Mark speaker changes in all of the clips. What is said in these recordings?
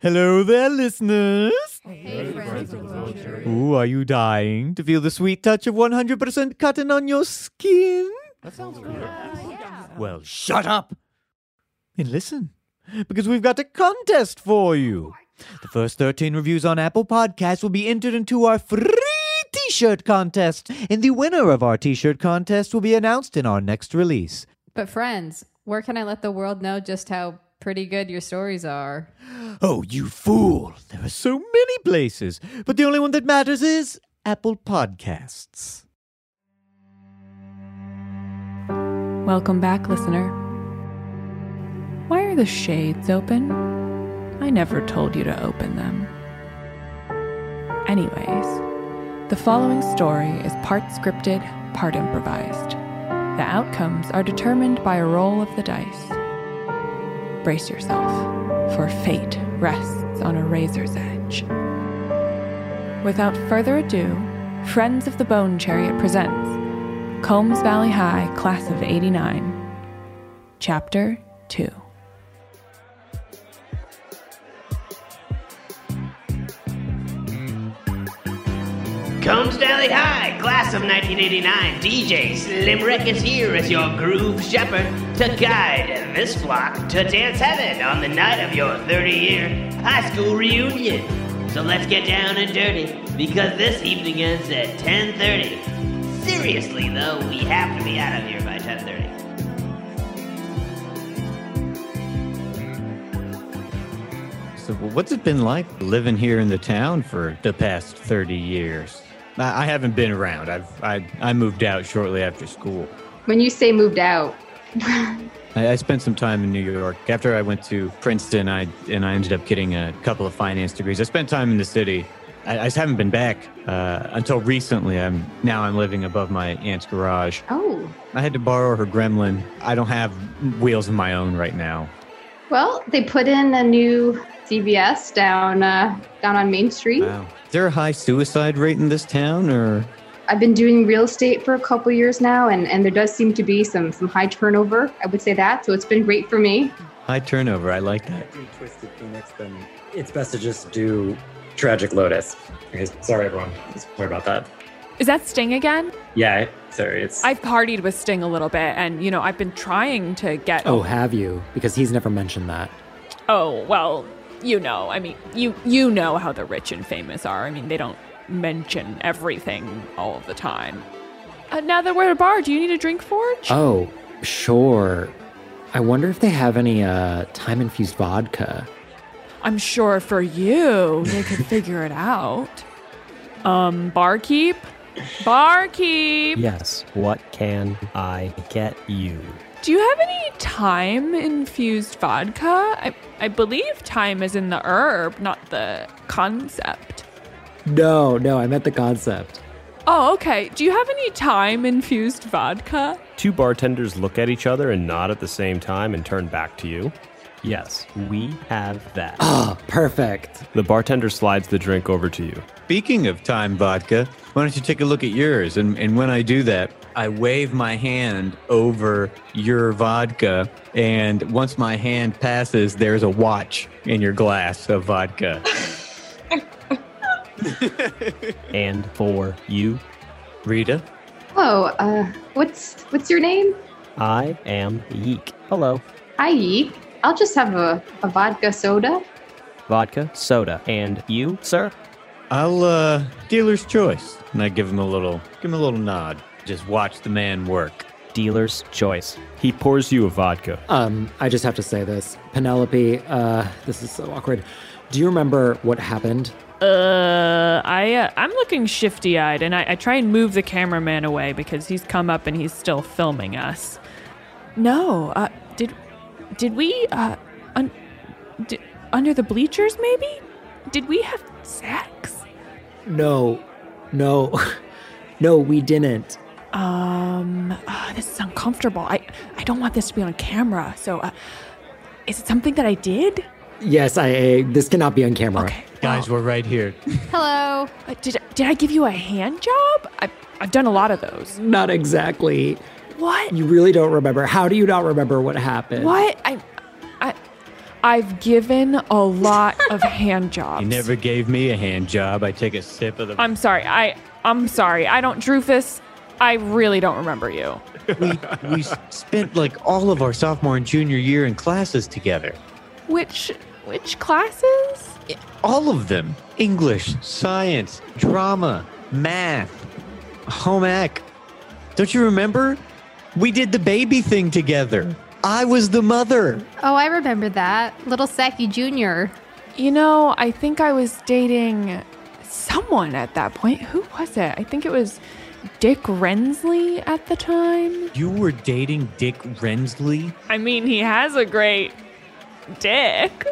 Speaker 1: Hello there, listeners.
Speaker 2: Hey, friends of culture.
Speaker 1: Ooh, are you dying to feel the sweet touch of 100% cotton on your skin?
Speaker 2: That sounds good.
Speaker 1: Well, shut up and listen, because we've got a contest for you. The first 13 reviews on Apple Podcasts will be entered into our free t shirt contest, and the winner of our t shirt contest will be announced in our next release.
Speaker 2: But friends, where can I let the world know just how pretty good your stories are?
Speaker 1: Oh, you fool! There are so many places, but the only one that matters is Apple Podcasts.
Speaker 3: Welcome back, listener. Why are the shades open? I never told you to open them. Anyways, the following story is part scripted, part improvised. The outcomes are determined by a roll of the dice. Brace yourself, for fate rests on a razor's edge. Without further ado, Friends of the Bone Chariot presents Combs Valley High, Class of 89, Chapter 2.
Speaker 4: Combs Valley High, class of 1989, DJ Slim Rick is here as your groove shepherd to guide this flock to dance heaven on the night of your 30 year high school reunion. So let's get down and dirty because this evening ends at 10:30. Seriously though, we have to be out of here by 10:30.
Speaker 1: So, what's it been like living here in the town for the past 30 years? I I haven't been around. I've I, I moved out shortly after school.
Speaker 2: When you say moved out,
Speaker 1: I, I spent some time in New York. After I went to Princeton, I and I ended up getting a couple of finance degrees. I spent time in the city. I, I just haven't been back uh, until recently. I'm now I'm living above my aunt's garage.
Speaker 5: Oh,
Speaker 1: I had to borrow her Gremlin. I don't have wheels of my own right now.
Speaker 5: well, they put in a new CVS down uh, down on Main Street.
Speaker 1: Wow. Is there a high suicide rate in this town, or
Speaker 5: I've been doing real estate for a couple years now, and, and there does seem to be some some high turnover. I would say that, so it's been great for me.
Speaker 1: high turnover? I like that.
Speaker 6: do Twisted Phoenix, then it's best to just do Tragic Lotus. Okay, sorry everyone. Sorry about that.
Speaker 3: Is that Sting again?
Speaker 6: Yeah, sorry. It's
Speaker 3: I've partied with Sting a little bit, and you know, I've been trying to get.
Speaker 7: Oh, have you? Because he's never mentioned that.
Speaker 3: Oh, well, you know, I mean, you you know how the rich and famous are. I mean, they don't mention everything all of the time. Uh, now that we're at a bar, do you need a drink, Forge?
Speaker 7: Oh, sure. I wonder if they have any uh, time infused vodka.
Speaker 3: I'm sure for you, they could figure it out. Um, barkeep, barkeep.
Speaker 8: Yes. What can I get you?
Speaker 3: Do you have any thyme infused vodka? I, I believe thyme is in the herb, not the concept.
Speaker 7: No, no, I meant the concept.
Speaker 3: Oh, okay. Do you have any thyme infused vodka?
Speaker 9: Two bartenders look at each other and nod at the same time and turn back to you.
Speaker 8: Yes, we have that.
Speaker 7: Oh, perfect.
Speaker 9: The bartender slides the drink over to you.
Speaker 1: Speaking of time vodka, why don't you take a look at yours? And, and when I do that, I wave my hand over your vodka. And once my hand passes, there's a watch in your glass of vodka.
Speaker 8: And for you,
Speaker 1: Rita,
Speaker 5: Oh, uh, what's what's your name?
Speaker 8: I am Yeek. Hello.
Speaker 5: Hi, Yeek. I'll just have a, a vodka soda.
Speaker 8: Vodka, soda, and you, sir?
Speaker 1: I'll, uh, dealer's choice. And I give him a little, give him a little nod. Just watch the man work.
Speaker 8: Dealer's choice.
Speaker 9: He pours you a vodka.
Speaker 7: Um, I just have to say this. Penelope, uh, this is so awkward. Do you remember what happened?
Speaker 3: Uh, I uh, I'm looking shifty-eyed, and I, I try and move the cameraman away because he's come up and he's still filming us. No, uh, did did we uh, un, di- under the bleachers maybe? Did we have sex?
Speaker 7: No, no, no, we didn't.
Speaker 3: Um, ah, this is uncomfortable. I I don't want this to be on camera. So, uh, is it something that I did?
Speaker 7: Yes, I. I this cannot be on camera.
Speaker 3: Okay,
Speaker 1: Guys, we're right here.
Speaker 2: hello.
Speaker 3: Uh, did did I give you a hand job? I I've done a lot of those.
Speaker 7: Not exactly.
Speaker 3: What?
Speaker 7: You really don't remember. How do you not remember what happened?
Speaker 3: What? I, I, I I've given a lot of hand jobs.
Speaker 10: You never gave me a hand job. I take a sip of the.
Speaker 3: I'm sorry. I I'm sorry. I don't Drufus. I really don't remember you.
Speaker 1: we, we s- spent like all of our sophomore and junior year in classes together.
Speaker 3: Which which classes?
Speaker 1: All of them English, science, drama, math, home ec. Don't you remember? We did the baby thing together. I was the mother.
Speaker 5: Oh, I remember that. Little Sacky Jr.
Speaker 3: You know, I think I was dating someone at that point. Who was it? I think it was Dick Rensley at the time.
Speaker 1: You were dating Dick Rensley?
Speaker 3: I mean, he has a great dick.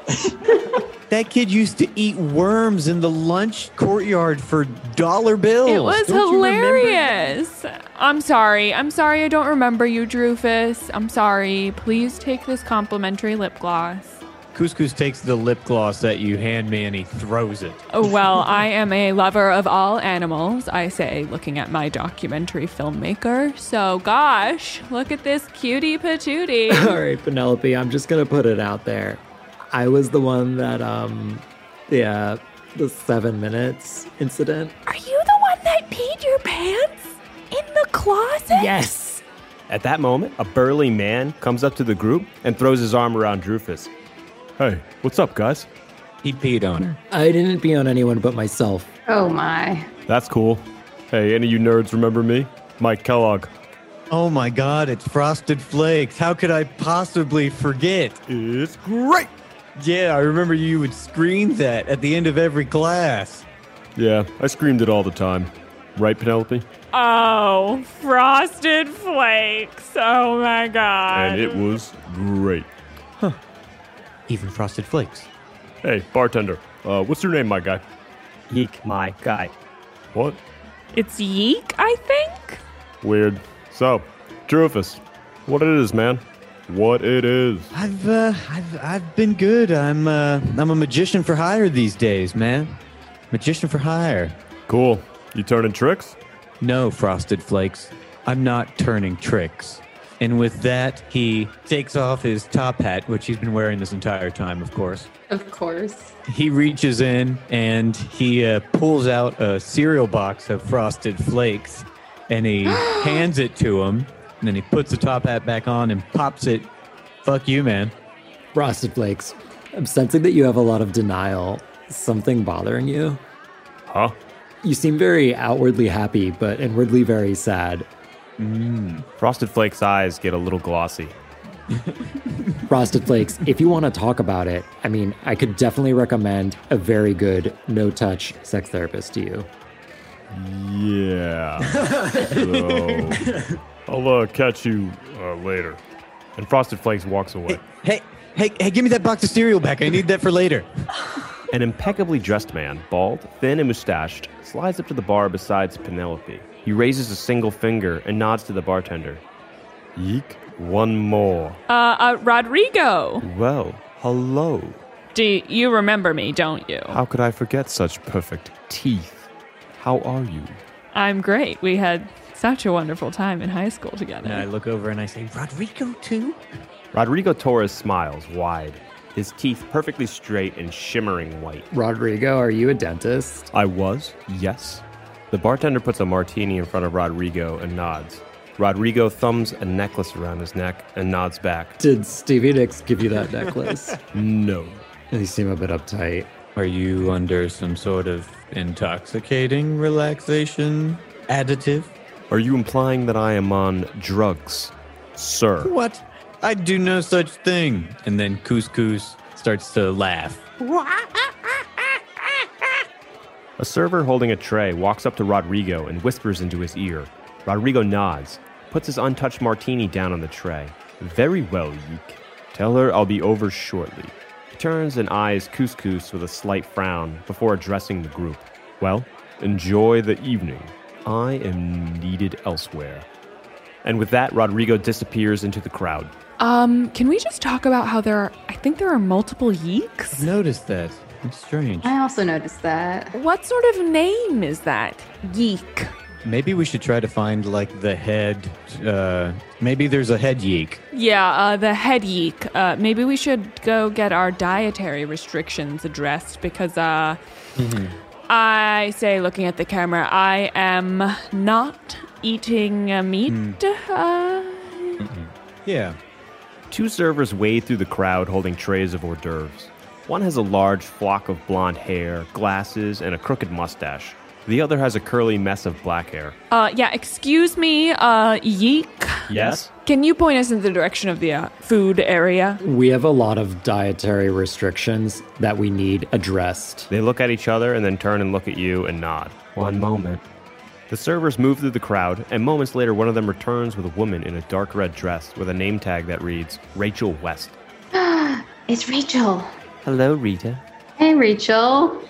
Speaker 1: That kid used to eat worms in the lunch courtyard for dollar bills.
Speaker 3: It was
Speaker 1: Oh, Don't you remember
Speaker 3: hilarious. I'm sorry. I'm sorry I don't remember you, Drufus. I'm sorry. Please take this complimentary lip gloss.
Speaker 10: Couscous takes the lip gloss that you hand me and he throws it.
Speaker 3: Oh, well, I am a lover of all animals, I say, looking at my documentary filmmaker. So, gosh, look at this cutie patootie.
Speaker 7: All right, Penelope, I'm just gonna put it out there. I was the one that, um, yeah, the seven minutes incident.
Speaker 3: Are you the one that peed your pants in the closet?
Speaker 7: Yes.
Speaker 11: At that moment, a burly man comes up to the group and throws his arm around Drufus. Hey, what's up, guys?
Speaker 10: He peed on her.
Speaker 7: I didn't pee on anyone but myself.
Speaker 12: Oh my.
Speaker 11: That's cool. Hey, any of you nerds remember me? Mike Kellogg.
Speaker 1: Oh my god, it's Frosted Flakes. How could I possibly forget?
Speaker 11: It's great.
Speaker 1: Yeah, I remember you would scream that at the end of every class.
Speaker 11: Yeah, I screamed it all the time. Right, Penelope?
Speaker 3: Oh, frosted flakes. Oh, my God.
Speaker 11: And it was great.
Speaker 1: Even Frosted Flakes.
Speaker 11: Hey, bartender, uh, what's your name, my guy?
Speaker 8: Yeek, my guy.
Speaker 11: What?
Speaker 3: It's Yeek, I think.
Speaker 11: Weird. So, Drufus, what it is, man? What it is.
Speaker 1: I've uh, I've I've been good. I'm uh, I'm a magician for hire these days, man. Magician for hire.
Speaker 11: Cool. You turning tricks?
Speaker 1: No, Frosted Flakes. I'm not turning tricks. And with that, he takes off his top hat, which he's been wearing this entire time, of course.
Speaker 12: Of course.
Speaker 1: He reaches in and he uh, pulls out a cereal box of Frosted Flakes and he hands it to him. And then he puts the top hat back on and pops it. Fuck you, man.
Speaker 7: Frosted Flakes, I'm sensing that you have a lot of denial. Something bothering you?
Speaker 11: Huh?
Speaker 7: You seem very outwardly happy, but inwardly very sad.
Speaker 11: Frosted Flake's eyes get a little glossy.
Speaker 7: Frosted Flakes, if you want to talk about it, I mean, I could definitely recommend a very good no touch sex therapist to you.
Speaker 11: Yeah. so, I'll uh, catch you uh, later. And Frosted Flakes walks away.
Speaker 1: Hey, hey, hey, give me that box of cereal back. I need that for later.
Speaker 11: An impeccably dressed man, bald, thin, and mustached, slides up to the bar beside Penelope. He raises a single finger and nods to the bartender. Yeek, one more.
Speaker 3: Uh, uh, Rodrigo.
Speaker 11: Well, hello.
Speaker 3: Do you remember me, don't you?
Speaker 11: How could I forget such perfect teeth? How are you?
Speaker 3: I'm great. We had such a wonderful time in high school together.
Speaker 1: And I look over and I say, Rodrigo, too?
Speaker 11: Rodrigo Torres smiles wide, his teeth perfectly straight and shimmering white.
Speaker 7: Rodrigo, are you a dentist?
Speaker 11: I was, yes. The bartender puts a martini in front of Rodrigo and nods. Rodrigo thumbs a necklace around his neck and nods back.
Speaker 7: Did Stevie Nicks give you that necklace?
Speaker 11: No.
Speaker 7: They seem a bit uptight.
Speaker 10: Are you under some sort of intoxicating relaxation?
Speaker 1: Additive.
Speaker 11: Are you implying that I am on drugs, sir?
Speaker 1: What? I do no such thing. And then Couscous starts to laugh.
Speaker 11: A server holding a tray walks up to Rodrigo and whispers into his ear. Rodrigo nods, puts his untouched martini down on the tray. Very well, Yeek. Tell her I'll be over shortly. He turns and eyes Couscous with a slight frown before addressing the group. Well, enjoy the evening. I am needed elsewhere. And with that, Rodrigo disappears into the crowd.
Speaker 3: um, can we just talk about how there are, I think there are multiple yeeks?
Speaker 1: Noticed that. It's strange.
Speaker 12: I also noticed that.
Speaker 3: What sort of name is that? Yeek.
Speaker 1: Maybe we should try to find like the head. Uh, maybe there's a head yeek.
Speaker 3: Yeah, uh, the head yeek. Uh, maybe we should go get our dietary restrictions addressed because uh, I say, looking at the camera, I am not eating uh, meat. Uh,
Speaker 1: Yeah.
Speaker 11: Two servers wade through the crowd holding trays of hors d'oeuvres. One has a large flock of blonde hair, glasses, and a crooked mustache. The other has a curly mess of black hair.
Speaker 3: uh, yeah, excuse me, uh, yeek.
Speaker 11: Yes?
Speaker 3: Can you point us in the direction of the uh, food area?
Speaker 7: We have a lot of dietary restrictions that we need addressed.
Speaker 11: They look at each other and then turn and look at you and nod. One moment. The servers move through the crowd, and moments later, one of them returns with a woman in a dark red dress with a name tag that reads Rachel West.
Speaker 5: it's Rachel.
Speaker 8: Hello, Rita.
Speaker 5: Hey, Rachel.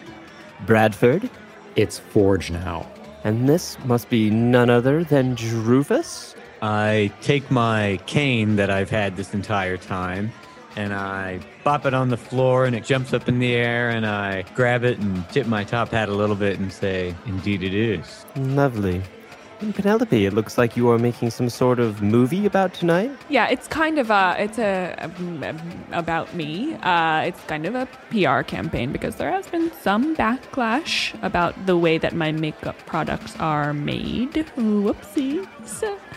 Speaker 8: Bradford.
Speaker 7: It's Forge now.
Speaker 8: And this must be none other than Druvus?
Speaker 1: I take my cane that I've had this entire time and I bop it on the floor and it jumps up in the air and I grab it and tip my top hat a little bit and say, Indeed it is.
Speaker 8: Lovely. And Penelope, it looks like you are making some sort of movie about tonight.
Speaker 3: Yeah, it's kind of a it's a um, um, about me. Uh, it's kind of a PR campaign because there has been some backlash about the way that my makeup products are made. Whoopsies.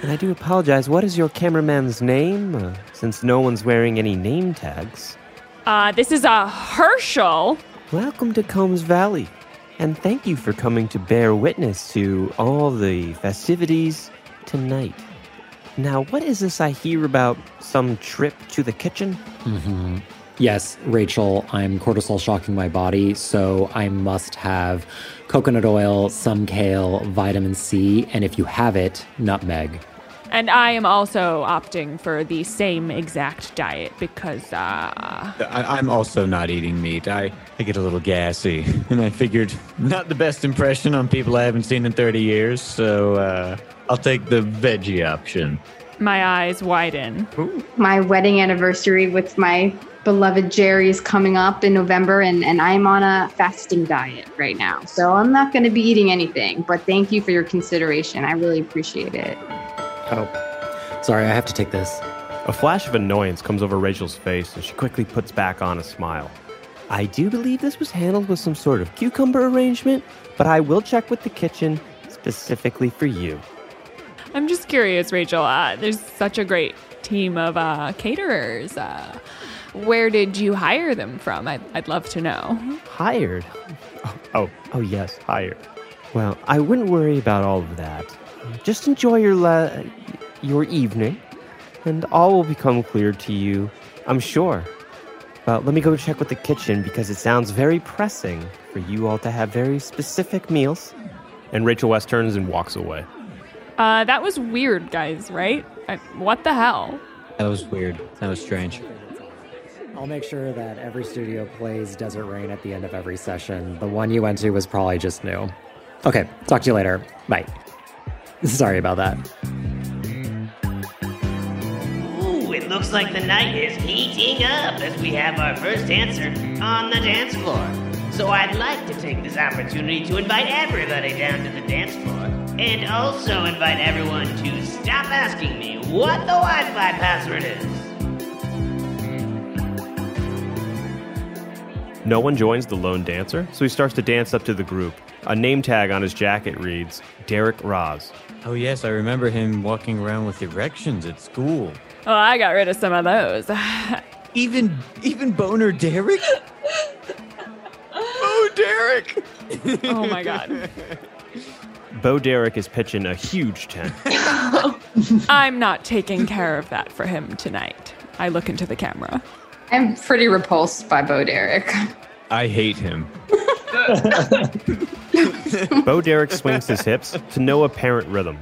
Speaker 8: And I do apologize. What is your cameraman's name? Uh, since no one's wearing any name tags.
Speaker 3: Uh, this is a Herschel.
Speaker 8: Welcome to Combs Valley, and thank you for coming to bear witness to all the festivities tonight. Now, what is this I hear about some trip to the kitchen?
Speaker 7: Yes, Rachel, I'm cortisol shocking my body, so I must have coconut oil, some kale, vitamin C, and if you have it, nutmeg.
Speaker 3: And I am also opting for the same exact diet because uh,
Speaker 1: I, I'm also not eating meat. I, I get a little gassy and I figured not the best impression on people I haven't seen in 30 years, so uh, I'll take the veggie option.
Speaker 3: my eyes widen.
Speaker 5: My wedding anniversary with my beloved Jerry is coming up in November, and, and I'm on a fasting diet right now. So I'm not going to be eating anything, but thank you for your consideration. I really appreciate it.
Speaker 7: Sorry, I have to take this.
Speaker 11: A flash of annoyance comes over Rachel's face, and she quickly puts back on a smile.
Speaker 8: I do believe this was handled with some sort of cucumber arrangement, but I will check with the kitchen specifically for you.
Speaker 3: I'm just curious, Rachel. Uh, there's such a great team of uh, caterers. Uh, where did you hire them from? I'd, I'd love to know.
Speaker 8: Hired? Oh, oh, oh, yes, hired. Well, I wouldn't worry about all of that. Just enjoy your la- your evening, and all will become clear to you, I'm sure. But let me go check with the kitchen because it sounds very pressing for you all to have very specific meals.
Speaker 11: And Rachel West turns and walks away.
Speaker 3: Uh, that was weird, guys, right? I, what the hell?
Speaker 1: That was weird. That was strange.
Speaker 7: I'll make sure that every studio plays Desert Rain at the end of every session. The one you went to was probably just new. Okay, talk to you later. Bye. Sorry about that.
Speaker 4: Ooh, it looks like the night is heating up as we have our first dancer on the dance floor. So I'd like to take this opportunity to invite everybody down to the dance floor and also invite everyone to stop asking me what the Wi Fi password is.
Speaker 11: No one joins the lone dancer, so he starts to dance up to the group. A name tag on his jacket reads Derek Roz.
Speaker 1: Oh, yes, I remember him walking around with erections at school.
Speaker 3: Well, Oh, I got rid of some of those. Oh
Speaker 1: Even even boner Derek? oh, Derek!
Speaker 3: oh my god,
Speaker 11: Bo Derek is pitching a huge tent.
Speaker 3: I'm not taking care of that for him tonight. I look into the camera.
Speaker 5: I'm pretty repulsed by Bo Derek.
Speaker 1: I hate him.
Speaker 11: Bo Derek swings his hips to no apparent rhythm.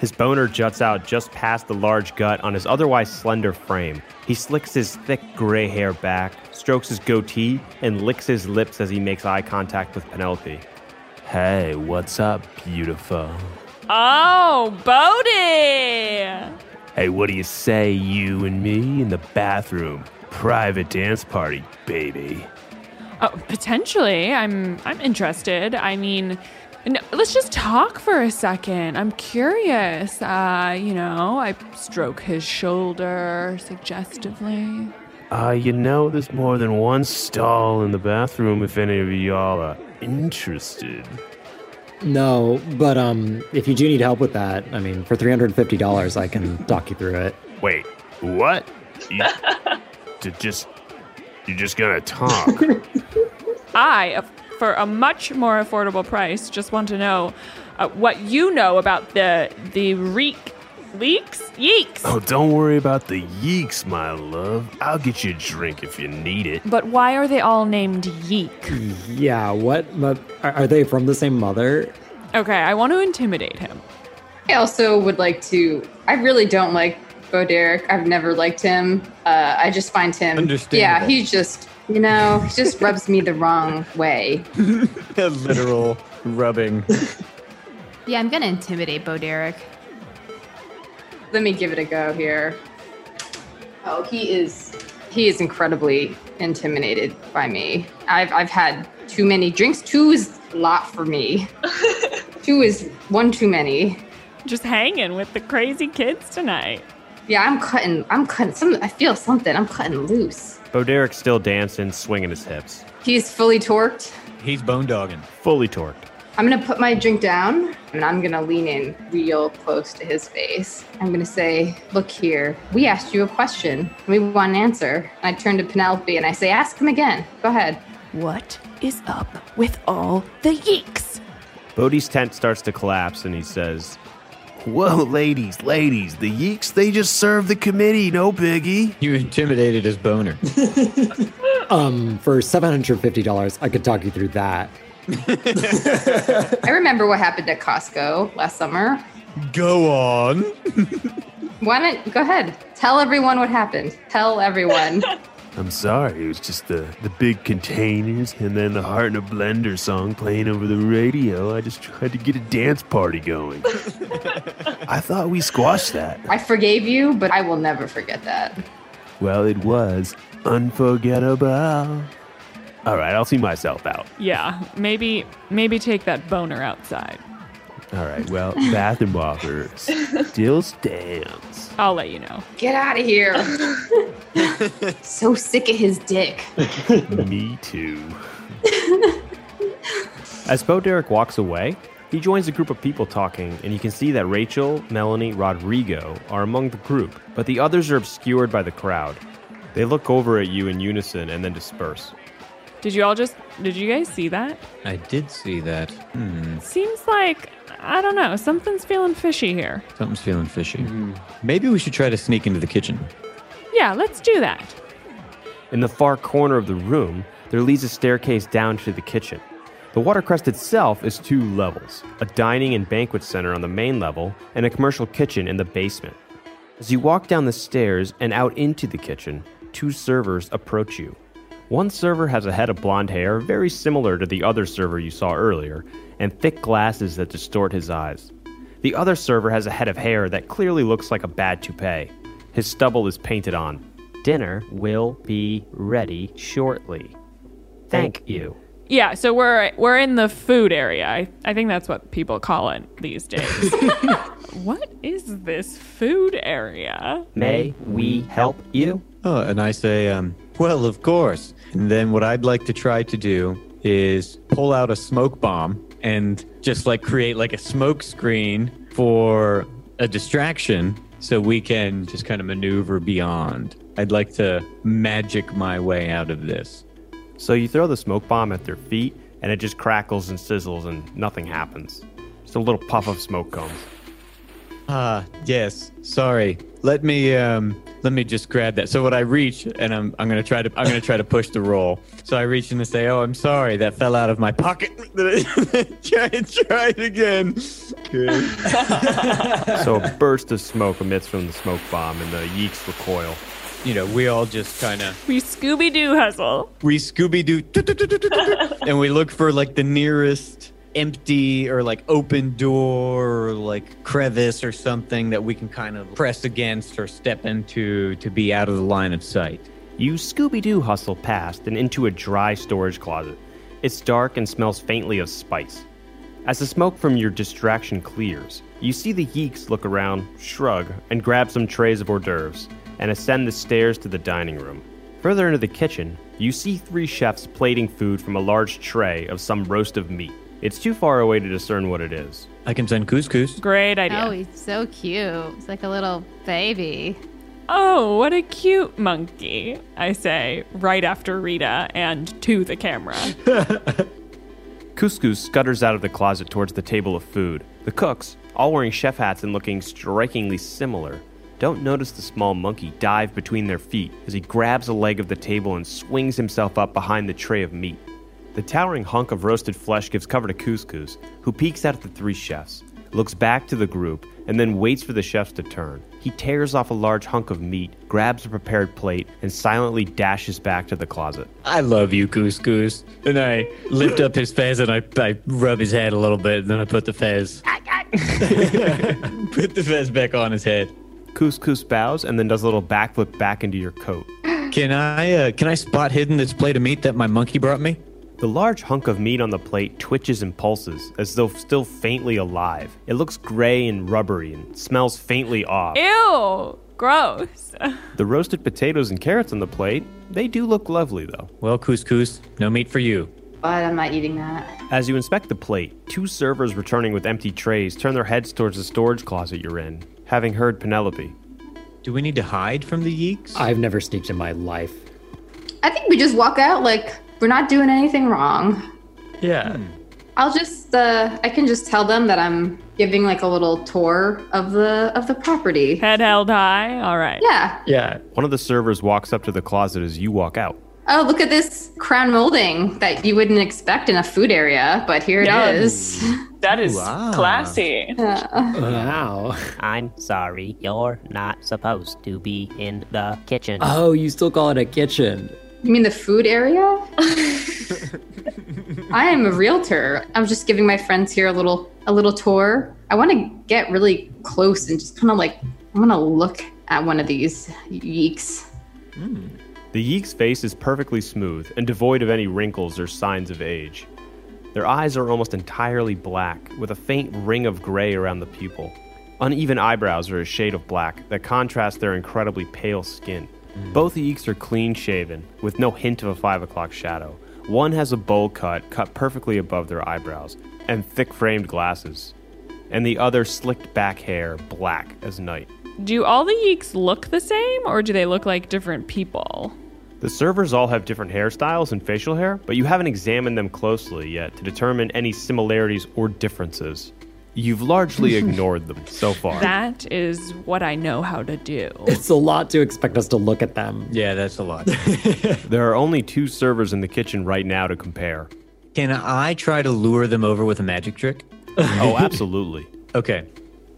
Speaker 11: His boner juts out just past the large gut on his otherwise slender frame. He slicks his thick gray hair back, strokes his goatee, and licks his lips as he makes eye contact with Penelope. Hey, what's up, beautiful?
Speaker 3: Oh, Bodie!
Speaker 11: Hey, what do you say, you and me in the bathroom? Private dance party, baby.
Speaker 3: Oh, potentially. I'm I'm interested. I mean, No, let's just talk for a second. I'm curious. Uh, you know, I stroke his shoulder suggestively.
Speaker 11: Uh, you know, there's more than one stall in the bathroom if any of y'all are interested.
Speaker 7: No, but um, if you do need help with that, I mean, for three hundred fifty dollars, I can talk you through it.
Speaker 11: Wait, what? You, to just you're just gonna talk?
Speaker 3: I, uh, for a much more affordable price, just want to know uh, what you know about the the reek leaks yeeks.
Speaker 11: oh, don't worry about the yeeks, my love. I'll get you a drink if you need it.
Speaker 3: But why are they all named yeek?
Speaker 7: Yeah, what? mo- Are are they from the same mother?
Speaker 3: Okay, I want to intimidate him.
Speaker 5: I also would like to. I really don't like Bo Derek. I've never liked him. Uh, I just find him.
Speaker 13: Understandable.
Speaker 5: Yeah, he's just, you know, he just rubs me the wrong way.
Speaker 1: A literal rubbing.
Speaker 2: Yeah, I'm gonna intimidate Bo Derek.
Speaker 5: Let me give it a go here. Oh, he is. He is incredibly intimidated by me. I've, I've had too many drinks. Two is a lot for me. Two is one too many.
Speaker 3: Just hanging with the crazy kids tonight.
Speaker 5: Yeah, I'm cutting. I'm cutting. Some. I feel something. I'm cutting loose.
Speaker 11: Bo Derek's still dancing, swinging his hips,
Speaker 5: He's fully torqued.
Speaker 1: He's bone dogging.
Speaker 11: fully torqued.
Speaker 5: I'm gonna put my drink down and I'm gonna lean in real close to his face. I'm gonna say, Look here, we asked you a question. We want an answer. And I turn to Penelope and I say, Ask him again. Go ahead.
Speaker 3: What is up with all the yeeks?
Speaker 11: Bodhi's tent starts to collapse, and he says, "Whoa, ladies, ladies, the yeeks—they just serve the committee, no biggie."
Speaker 1: You intimidated his boner.
Speaker 7: Um, for seven hundred fifty dollars, I could talk you through that.
Speaker 5: I remember what happened at Costco last summer.
Speaker 1: Go on.
Speaker 5: Why don't go ahead? Tell everyone what happened. Tell everyone.
Speaker 11: I'm sorry, it was just the, the big containers and then the Heart in a Blender song playing over the radio. I just tried to get a dance party going. I thought we squashed that.
Speaker 5: I forgave you, but I will never forget that.
Speaker 11: Well, it was unforgettable. All right, I'll see myself out.
Speaker 3: Yeah, maybe maybe take that boner outside.
Speaker 11: All right, well, bathroom offer still stands.
Speaker 3: I'll let you know.
Speaker 5: Get out of here. so sick of his dick.
Speaker 11: Me too. As Bo Derek walks away, he joins a group of people talking, and you can see that Rachel, Melanie, Rodrigo are among the group, but the others are obscured by the crowd. They look over at you in unison and then disperse.
Speaker 3: Did you all just did you guys see that?
Speaker 1: I did see that. Hmm.
Speaker 3: Seems like I don't know, something's feeling fishy here.
Speaker 1: Something's feeling fishy. Maybe we should try to sneak into the kitchen.
Speaker 3: Yeah, let's do that.
Speaker 11: In the far corner of the room, there leads a staircase down to the kitchen. The watercrest itself is two levels a dining and banquet center on the main level, and a commercial kitchen in the basement. As you walk down the stairs and out into the kitchen, two servers approach you. One server has a head of blonde hair very similar to the other server you saw earlier, and thick glasses that distort his eyes. The other server has a head of hair that clearly looks like a bad toupee. His stubble is painted on. Dinner will be ready shortly. Thank you.
Speaker 3: Yeah, so we're we're in the food area. I, I think that's what people call it these days. what is this food area?
Speaker 11: May we help you?
Speaker 1: Oh, and I say, um, well, of course. And then what I'd like to try to do is pull out a smoke bomb and just like create like a smoke screen for a distraction so we can just kind of maneuver beyond. I'd like to magic my way out of this.
Speaker 11: So you throw the smoke bomb at their feet, and it just crackles and sizzles, and nothing happens. Just a little puff of smoke comes.
Speaker 1: Ah, yes. Sorry. Let me um let me just grab that. So what I reach and I'm I'm gonna try to I'm gonna try to push the roll. So I reach in and say, Oh, I'm sorry, that fell out of my pocket. try try it again. Good.
Speaker 11: so a burst of smoke emits from the smoke bomb, and the yeeks recoil.
Speaker 1: You know, we all just kinda
Speaker 3: We Scooby Doo hustle.
Speaker 1: we Scooby Doo and we look for like the nearest empty or like open door or like crevice or something that we can kind of press against or step into to be out of the line of sight.
Speaker 11: You Scooby Doo hustle past and into a dry storage closet. It's dark and smells faintly of spice.
Speaker 14: As the smoke from your distraction clears, you see the geeks look around, shrug, and grab some trays of hors d'oeuvres, and ascend the stairs to the dining room. Further into the kitchen, you see three chefs plating food from a large tray of some roast of meat. It's too far away to discern what it is.
Speaker 1: I can send couscous.
Speaker 3: Great
Speaker 15: Oh, he's so cute. He's like a little baby.
Speaker 3: Oh, what a cute monkey, I say, right after Rita and to the camera.
Speaker 14: Couscous scutters out of the closet towards the table of food. The cooks, all wearing chef hats and looking strikingly similar, don't notice the small monkey dive between their feet as he grabs a leg of the table and swings himself up behind the tray of meat. The towering hunk of roasted flesh gives cover to Couscous, who peeks out at the three chefs, looks back to the group, and then waits for the chefs to turn. He tears off a large hunk of meat, grabs a prepared plate, and silently dashes back to the closet.
Speaker 1: I love you, couscous. And I lift up his fez and I, I rub his head a little bit, and then I put the fez. put the fez back on his head.
Speaker 14: Couscous bows and then does a little backflip back into your coat.
Speaker 1: Can I uh, can I spot hidden this plate of meat that my monkey brought me?
Speaker 14: The large hunk of meat on the plate twitches and pulses, as though still faintly alive. It looks gray and rubbery and smells faintly off.
Speaker 3: Ew, gross.
Speaker 14: The roasted potatoes and carrots on the plate, they do look lovely though.
Speaker 1: Well, couscous, no meat for you.
Speaker 5: But I'm not eating that.
Speaker 14: As you inspect the plate, two servers returning with empty trays turn their heads towards the storage closet you're in, having heard Penelope.
Speaker 1: Do we need to hide from the yeeks?
Speaker 7: I've never sneaked in my life.
Speaker 5: I think we just walk out like we're not doing anything wrong.
Speaker 1: Yeah.
Speaker 5: I'll just uh, I can just tell them that I'm giving like a little tour of the of the property.
Speaker 3: Head held high. All right.
Speaker 5: Yeah.
Speaker 1: Yeah.
Speaker 14: One of the servers walks up to the closet as you walk out.
Speaker 5: Oh, look at this crown molding that you wouldn't expect in a food area, but here
Speaker 3: Yum.
Speaker 5: it is.
Speaker 3: That is
Speaker 14: Wow.
Speaker 3: classy.
Speaker 5: Yeah.
Speaker 7: Wow.
Speaker 8: I'm sorry, you're not supposed to be in the kitchen.
Speaker 7: Oh, you still call it a kitchen.
Speaker 5: You mean the food area? I am a realtor. I'm just giving my friends here a little a little tour. I want to get really close and just kind of like I'm gonna look at one of these yeeks.
Speaker 14: The yeek's face is perfectly smooth and devoid of any wrinkles or signs of age. Their eyes are almost entirely black, with a faint ring of gray around the pupil. Uneven eyebrows are a shade of black that contrast their incredibly pale skin. Both yeeks are clean shaven, with no hint of a 5 o'clock shadow. One has a bowl cut, cut perfectly above their eyebrows, and thick framed glasses. And the other slicked back hair, black as night.
Speaker 3: Do all the yeeks look the same or do they look like different people?
Speaker 14: The servers all have different hairstyles and facial hair, but you haven't examined them closely yet to determine any similarities or differences. You've largely ignored them so far.
Speaker 3: That is what I know how to do.
Speaker 7: It's a lot to expect us to look at them.
Speaker 1: Yeah, that's a lot.
Speaker 14: there are only two servers in the kitchen right now to compare.
Speaker 1: Can I try to lure them over with a magic trick?
Speaker 14: Oh, absolutely.
Speaker 1: Okay.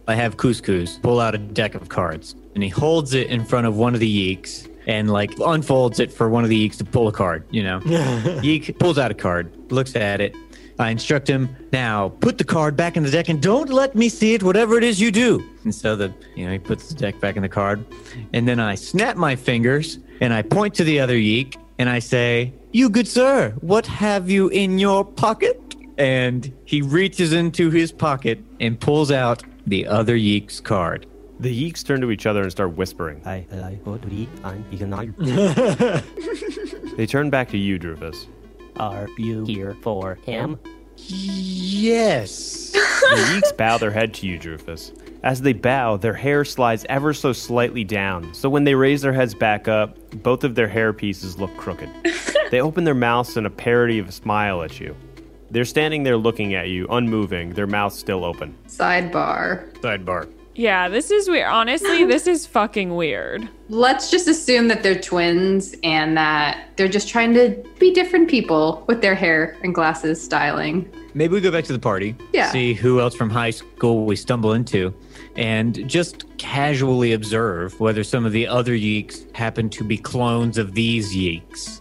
Speaker 1: I have couscous pull out a deck of cards, and he holds it in front of one of the yeeks and like unfolds it for one of the yeeks to pull a card. You know, yeek pulls out a card, looks at it. I instruct him now put the card back in the deck and don't let me see it. Whatever it is you do. And so the you know he puts the deck back in the card, and then I snap my fingers and I point to the other yeek and I say, "You good sir, what have you in your pocket?" and he reaches into his pocket and pulls out the other yeek's card.
Speaker 14: The yeeks turn to each other and start whispering.
Speaker 8: I, I, I'm ignored.
Speaker 14: They turn back to you, Druvis.
Speaker 8: Are you here for him?
Speaker 1: Yes.
Speaker 14: The yeeks bow their head to you, Drufus. As they bow, their hair slides ever so slightly down, so when they raise their heads back up, both of their hair pieces look crooked. they open their mouths in a parody of a smile at you. They're standing there looking at you, unmoving, their mouths still open.
Speaker 5: Sidebar.
Speaker 1: Sidebar.
Speaker 3: Yeah, this is weird. Honestly, this is fucking weird.
Speaker 5: Let's just assume that they're twins and that they're just trying to be different people with their hair and glasses styling.
Speaker 1: Maybe we go back to the party,
Speaker 5: Yeah.
Speaker 1: see who else from high school we stumble into, and just casually observe whether some of the other yeeks happen to be clones of these yeeks.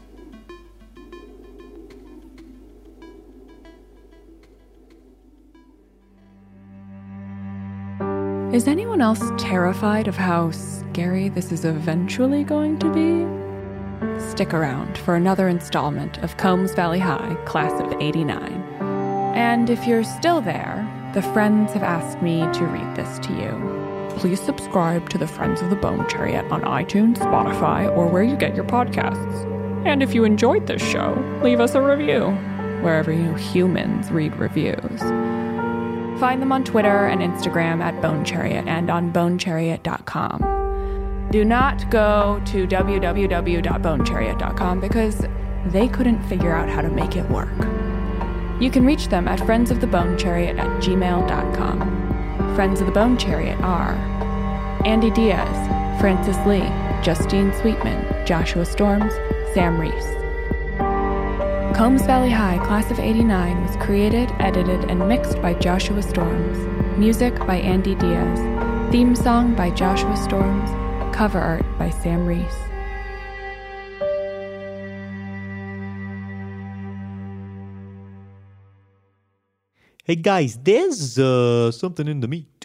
Speaker 16: Is anyone else terrified of how scary this is eventually going to be? Stick around for another installment of Combs Valley High, Class of 89.
Speaker 3: And if you're still there, the friends have asked me to read this to you. Please subscribe to the Friends of the Bone Chariot on iTunes, Spotify, or where you get your podcasts. And if you enjoyed this show, leave us a review wherever you humans read reviews. Find them on Twitter and Instagram at Bone Chariot and on bonechariot.com. Do not go to www.bonechariot.com because they couldn't figure out how to make it work. You can reach them at friends of the bone chariot at gmail.com. Friends of the Bone Chariot are Andy Diaz, Francis Lee, Justine Sweetman, Joshua Storms, Sam Reese. Combs Valley High Class of 89 was created, edited, and mixed by Joshua Storms. Music by Andy Diaz. Theme song by Joshua Storms. Cover art by Sam Reese.
Speaker 13: Hey guys, there's uh, something in the meat.